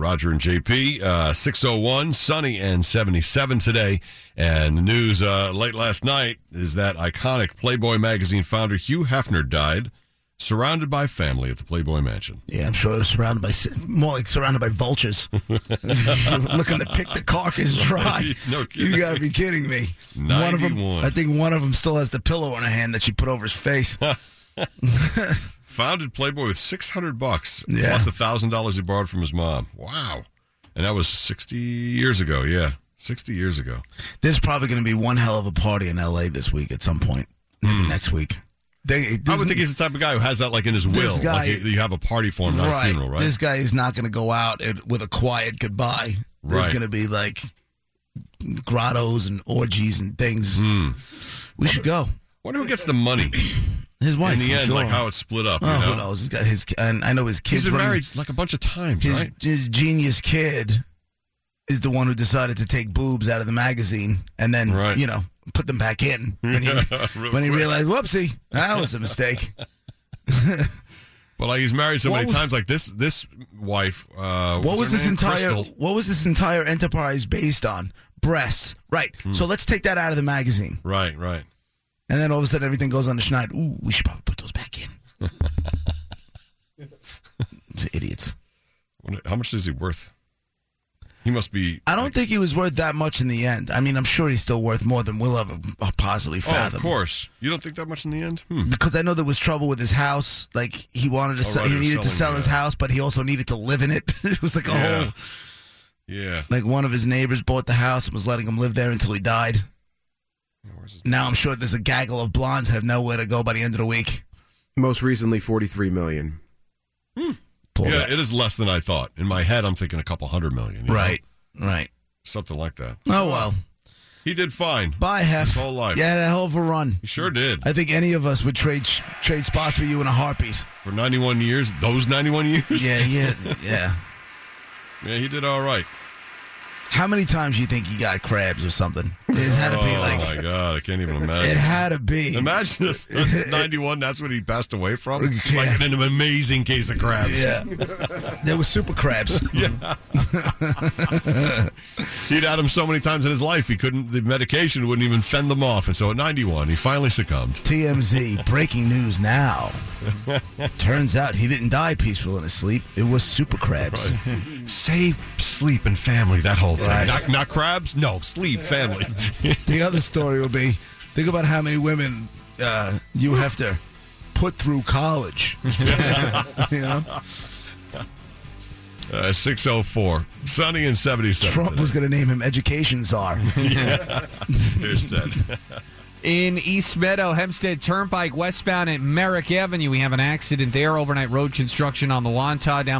Roger and JP. Uh, 601, sunny and 77 today. And the news uh, late last night is that iconic Playboy magazine founder Hugh Hefner died, surrounded by family at the Playboy Mansion. Yeah, I'm sure it was surrounded by more like surrounded by vultures, looking to pick the carcass dry. No kidding. you got to be kidding me. One of them, 91. I think one of them still has the pillow in her hand that she put over his face. Founded Playboy with 600 bucks, Yeah. plus $1,000 he borrowed from his mom. Wow. And that was 60 years ago. Yeah, 60 years ago. There's probably going to be one hell of a party in L.A. this week at some point, maybe next week. They, Hmm. I would think he's the type of guy who has that like in his will. guy- like you have a party for him, not a funeral, right? This guy is not going to go out and, with a quiet goodbye. There's Right. going to be like grottos and orgies and things. Hmm. We should go. Wonder who gets the money His wife, in the I'm end, sure. like how it's split up. Oh, you know? who knows? He's got his. And I know his kids. He's been running- married like a bunch of times, His, right? his genius kid is the one who decided to take boobs out of the magazine and then Right. you know put them back in when he, real when he quick. realized, whoopsie, that was a mistake. But like he's married so What many was- times. Like this, this wife. Uh, What what's was her this name? entire Crystal. What was this entire enterprise based on? Breasts, right? Hmm. So let's take that out of the magazine, Right, right. and then all of a sudden everything goes on the schneid. Ooh, we should probably put those back in. It's idiots. Wonder- How much is he worth? He must be. I don't think he was worth that much in the end. I mean, I'm sure he's still worth more than we'll ever possibly Oh, fathom. of course. You don't think that much in the end? Hmm. Because I know there was trouble with his house. Like he wanted to, Oh, sell, right, he he was needed to selling sell his that. house, but he also needed to live in it. it was like a Yeah. whole. Yeah. Like one of his neighbors bought the house and was letting him live there until he died. Yeah, where's his- Now I'm sure there's a gaggle of blondes have nowhere to go by the end of the week. Most recently, 43 million. Poor yeah, guy. it is less than I thought. In my head, I'm thinking a couple hundred million. you know? right, right. Something like that. Oh well, He did fine. bye, Hef. His whole life. Yeah, that hell of a run. He sure did. I think any of us would trade trade spots with you in a heartbeat. For 91 years, those 91 years. Yeah, yeah, yeah. Yeah, he did all right. How many times do you think he got crabs or something? It had to be oh like my god, I can't even it imagine. had to be. Imagine if 91, that's what he passed away from. Yeah. Like an amazing case of crabs. Yeah, there were super crabs. He'd had them so many times in his life, he couldn't, the medication wouldn't even fend them off. And so at 91, he finally succumbed. TMZ breaking news now. Turns out he didn't die peaceful in his sleep. It was super crabs. Save sleep and family, that whole thing. Right. Not, not crabs? No, sleep, family. The other story will be think about how many women uh, you have to put through college. you know? Uh, 604. Sunny and 77. Trump was going to name him Education Czar. Here's that. In East Meadow, Hempstead Turnpike, westbound at Merrick Avenue, we have an accident there. Overnight road construction on the Wanta down.